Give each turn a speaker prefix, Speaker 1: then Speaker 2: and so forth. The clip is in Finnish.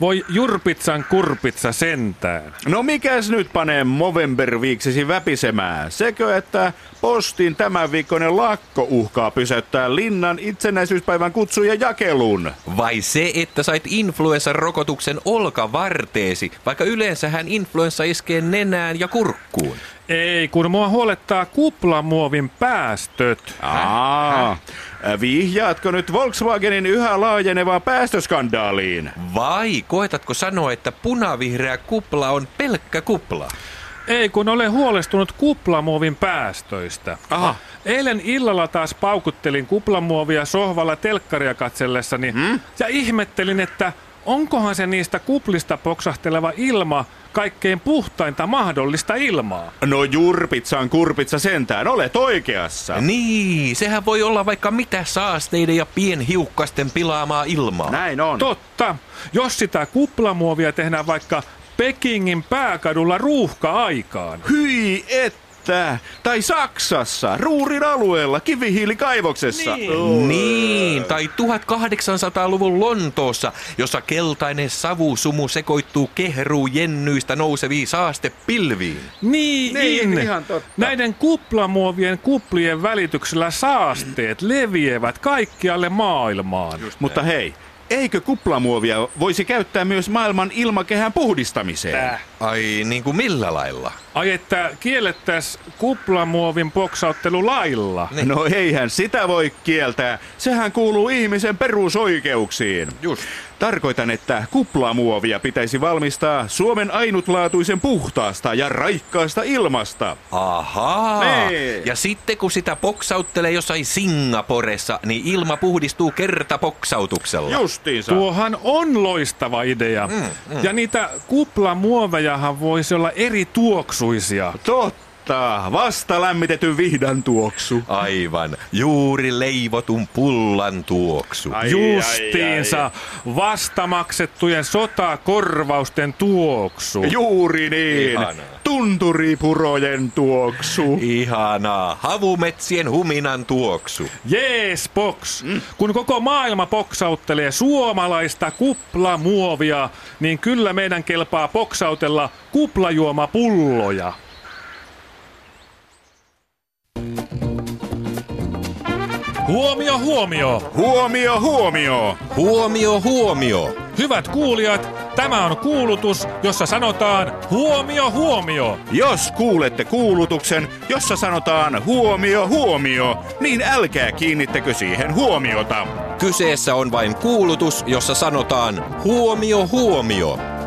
Speaker 1: Voi jurpitsan kurpitsa sentään.
Speaker 2: No mikäs nyt panee Movember viiksesi väpisemään? Sekö, että postin tämän viikkoinen lakko uhkaa pysäyttää linnan itsenäisyyspäivän kutsuja jakelun?
Speaker 3: Vai se, että sait influenssarokotuksen olkavarteesi, vaikka yleensähän influenssa iskee nenään ja kurkkuun?
Speaker 1: Ei, kun mua huolettaa kuplamuovin päästöt.
Speaker 2: Aa, vihjaatko nyt Volkswagenin yhä laajenevaan päästöskandaaliin?
Speaker 3: Vai koetatko sanoa, että punavihreä kupla on pelkkä kupla?
Speaker 1: Ei, kun olen huolestunut kuplamuovin päästöistä.
Speaker 2: Aha.
Speaker 1: Eilen illalla taas paukuttelin kuplamuovia sohvalla telkkaria katsellessani ja ihmettelin, että onkohan se niistä kuplista poksahteleva ilma kaikkein puhtainta mahdollista ilmaa.
Speaker 2: No jurpitsan kurpitsa sentään, olet oikeassa.
Speaker 3: Niin, sehän voi olla vaikka mitä saasteiden ja pienhiukkasten pilaamaa ilmaa.
Speaker 2: Näin on.
Speaker 1: Totta, jos sitä kuplamuovia tehdään vaikka Pekingin pääkadulla ruuhka-aikaan.
Speaker 2: Hyi että! Tai Saksassa, Ruurin alueella, kivihiilikaivoksessa.
Speaker 1: Niin.
Speaker 3: Niin, tai 1800-luvun Lontoossa, jossa keltainen savusumu sekoittuu kehruu jennyistä nouseviin saastepilviin.
Speaker 1: Niin,
Speaker 2: Niin,
Speaker 1: in.
Speaker 2: ihan totta.
Speaker 1: Näiden kuplamuovien kuplien välityksellä saasteet leviävät kaikkialle maailmaan.
Speaker 2: Mutta hei, eikö kuplamuovia voisi käyttää myös maailman ilmakehän puhdistamiseen?
Speaker 3: Ai, niin kuin millä lailla?
Speaker 1: Ai että kiellettäis kuplamuovin poksauttelu lailla.
Speaker 3: Niin.
Speaker 2: No eihän sitä voi kieltää. Sehän kuuluu ihmisen perusoikeuksiin.
Speaker 3: Just.
Speaker 2: Tarkoitan, että kuplamuovia pitäisi valmistaa Suomen ainutlaatuisen puhtaasta ja raikkaasta ilmasta.
Speaker 3: Ahaa.
Speaker 2: Niin.
Speaker 3: Ja sitten kun sitä poksauttelee jossain Singaporessa, niin ilma puhdistuu kerta poksautuksella.
Speaker 2: Justiinsa.
Speaker 1: Tuohan on loistava idea.
Speaker 2: Mm,
Speaker 1: Ja niitä kuplamuovejahan voisi olla eri tuoksuisia.
Speaker 2: Totta, vasta lämmitetyn vihdan tuoksu.
Speaker 3: Aivan. Juuri leivotun pullan tuoksu.
Speaker 2: Ai,
Speaker 1: Justiinsa vastamaksettujen sotakorvausten tuoksu.
Speaker 2: Juuri niin.
Speaker 3: Ihanaa.
Speaker 2: Tunturipurojen tuoksu.
Speaker 3: Ihanaa. Havumetsien huminan tuoksu.
Speaker 1: Jees, box! Kun koko maailma poksauttelee suomalaista kuplamuovia, niin kyllä meidän kelpaa poksautella kuplajuomapulloja. Huomio, huomio!
Speaker 2: Huomio, huomio!
Speaker 3: Huomio, huomio.
Speaker 1: Hyvät kuulijat, tämä on kuulutus, jossa sanotaan huomio, huomio!
Speaker 2: Jos kuulette kuulutuksen, jossa sanotaan huomio, huomio, niin älkää kiinnittäkö siihen huomiota.
Speaker 3: Kyseessä on vain kuulutus, jossa sanotaan huomio, huomio.